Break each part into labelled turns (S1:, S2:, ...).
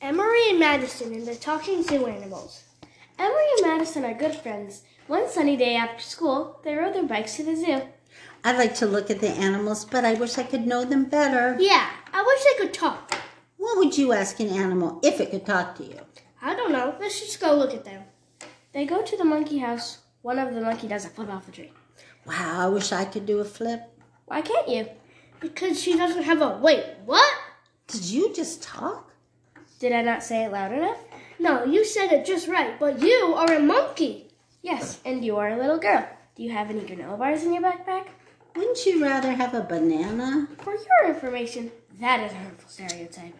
S1: Emory and Madison and the Talking Zoo Animals Emory and Madison are good friends. One sunny day after school, they rode their bikes to the zoo.
S2: I like to look at the animals, but I wish I could know them better.
S1: Yeah, I wish they could talk.
S2: What would you ask an animal if it could talk to you?
S1: I don't know. Let's just go look at them. They go to the monkey house. One of the monkey does a flip off a tree.
S2: Wow, I wish I could do a flip.
S1: Why can't you? Because she doesn't have a wait. What?
S2: Did you just talk?
S1: Did I not say it loud enough?
S3: No, you said it just right, but you are a monkey.
S1: Yes, and you are a little girl. Do you have any granola bars in your backpack?
S2: Wouldn't you rather have a banana?
S1: For your information, that is a hurtful stereotype.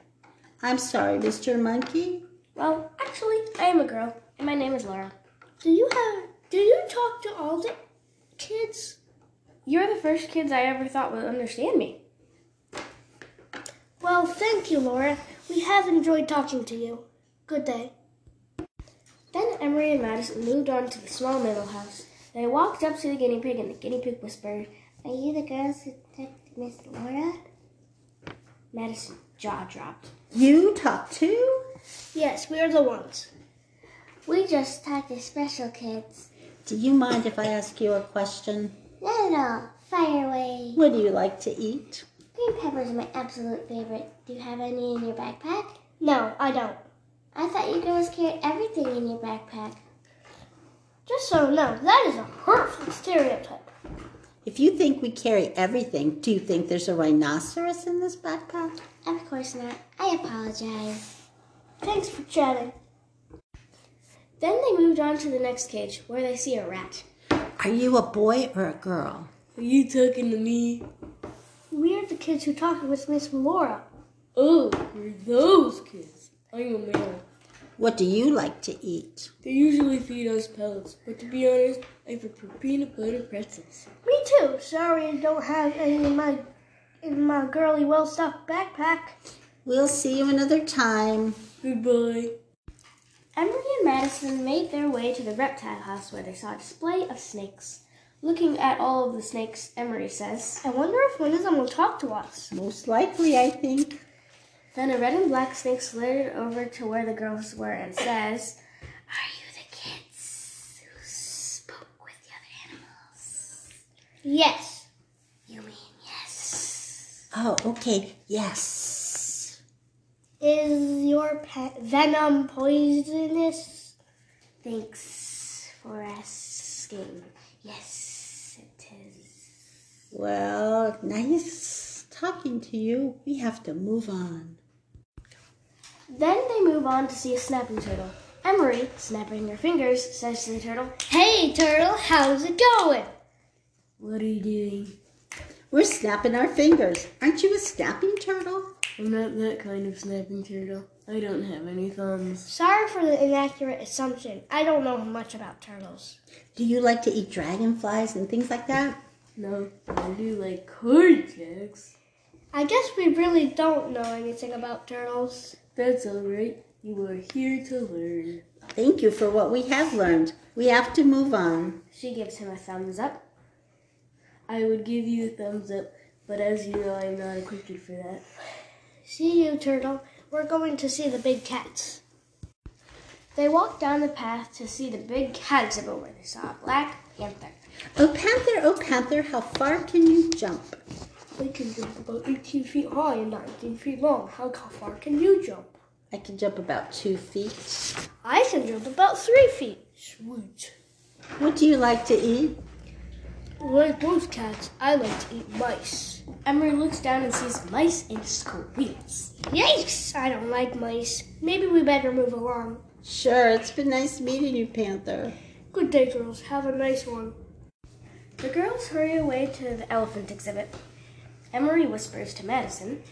S2: I'm sorry, Mr. Monkey.
S1: Well, actually, I am a girl, and my name is Laura.
S3: Do you have do you talk to all the kids?
S1: You're the first kids I ever thought would understand me.
S3: Well, thank you, Laura. We have enjoyed talking to you. Good day.
S1: Then Emery and Madison moved on to the small middle house. They walked up to the guinea pig, and the guinea pig whispered,
S4: Are you the girls who took Miss Laura?
S1: Madison jaw dropped.
S2: You talk too?
S3: Yes, we are the ones.
S4: We just talked to special kids.
S2: Do you mind if I ask you a question?
S4: Not at all. Fire away.
S2: What do you like to eat?
S4: Green peppers are my absolute favorite. Do you have any in your backpack?
S3: No, I don't.
S4: I thought you girls carried everything in your backpack.
S3: Just so you know, that is a hurtful stereotype.
S2: If you think we carry everything, do you think there's a rhinoceros in this backpack?
S4: Of course not. I apologize.
S3: Thanks for chatting.
S1: Then they moved on to the next cage, where they see a rat.
S2: Are you a boy or a girl?
S5: Are you talking to me?
S3: We are the kids who talked with Miss Laura.
S5: Oh, you're those kids. I'm a male.
S2: What do you like to eat?
S5: They usually feed us pellets, but to be honest, I prefer peanut butter pretzels.
S3: Me too. Sorry, I don't have any in my in my girly well stuffed backpack.
S2: We'll see you another time.
S5: Goodbye.
S1: Emery and Madison made their way to the reptile house, where they saw a display of snakes. Looking at all of the snakes, Emery says,
S3: I wonder if one of them will talk to us.
S2: Most likely, I think.
S1: Then a red and black snake slithered over to where the girls were and says, Are you the kids who spoke with the other animals?
S3: Yes.
S1: You mean yes?
S2: Oh, okay. Yes.
S3: Is your pet venom poisonous?
S1: Thanks for asking. Yes, it is.
S2: Well, nice talking to you. We have to move on.
S1: Then they move on to see a snapping turtle. Emery, snapping her fingers, says to the turtle,
S3: Hey, turtle, how's it going?
S5: What are you doing?
S2: We're snapping our fingers. Aren't you a snapping turtle?
S5: I'm not that kind of snapping turtle. I don't have any thumbs.
S3: Sorry for the inaccurate assumption. I don't know much about turtles.
S2: Do you like to eat dragonflies and things like that?
S5: No, I do like corn checks.
S3: I guess we really don't know anything about turtles.
S5: That's alright. You are here to learn.
S2: Thank you for what we have learned. We have to move on.
S1: She gives him a thumbs up.
S5: I would give you a thumbs up, but as you know, I'm not equipped for that.
S3: See you, turtle. We're going to see the big cats.
S1: They walked down the path to see the big caterpillar where they saw a black panther.
S2: Oh, Panther, oh, Panther, how far can you jump?
S3: They can jump about 18 feet high and 19 feet long. How far can you jump?
S2: I can jump about two feet.
S3: I can jump about 3 feet.
S5: Sweet.
S2: What do you like to eat?
S3: Like most cats, I like to eat mice.
S1: Emery looks down and sees mice and squeals.
S3: Yikes! I don't like mice. Maybe we better move along.
S2: Sure, it's been nice meeting you, Panther.
S3: Good day, girls. Have a nice one.
S1: The girls hurry away to the elephant exhibit. Emery whispers to Madison,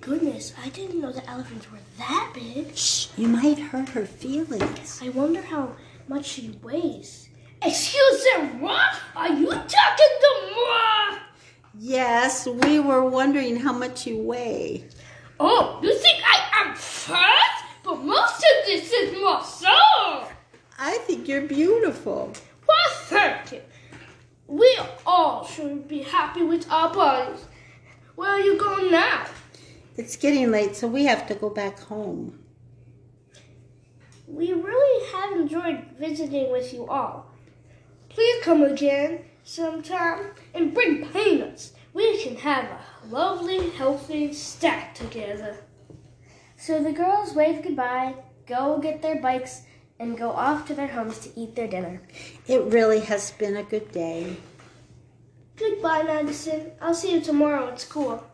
S3: Goodness, I didn't know the elephants were that big.
S2: Shh, you might hurt her feelings.
S3: I wonder how much she weighs. Excuse me, what? Are you talking to me?
S2: Yes, we were wondering how much you weigh.
S3: Oh, you think I am fat? But most of this is muscle.
S2: I think you're beautiful.
S3: Well, thank you. We all should be happy with our bodies. Where are you going now?
S2: It's getting late, so we have to go back home.
S3: We really have enjoyed visiting with you all. Please come again sometime and bring peanuts. We can have a lovely, healthy snack together.
S1: So the girls wave goodbye, go get their bikes, and go off to their homes to eat their dinner.
S2: It really has been a good day.
S3: Goodbye, Madison. I'll see you tomorrow at school.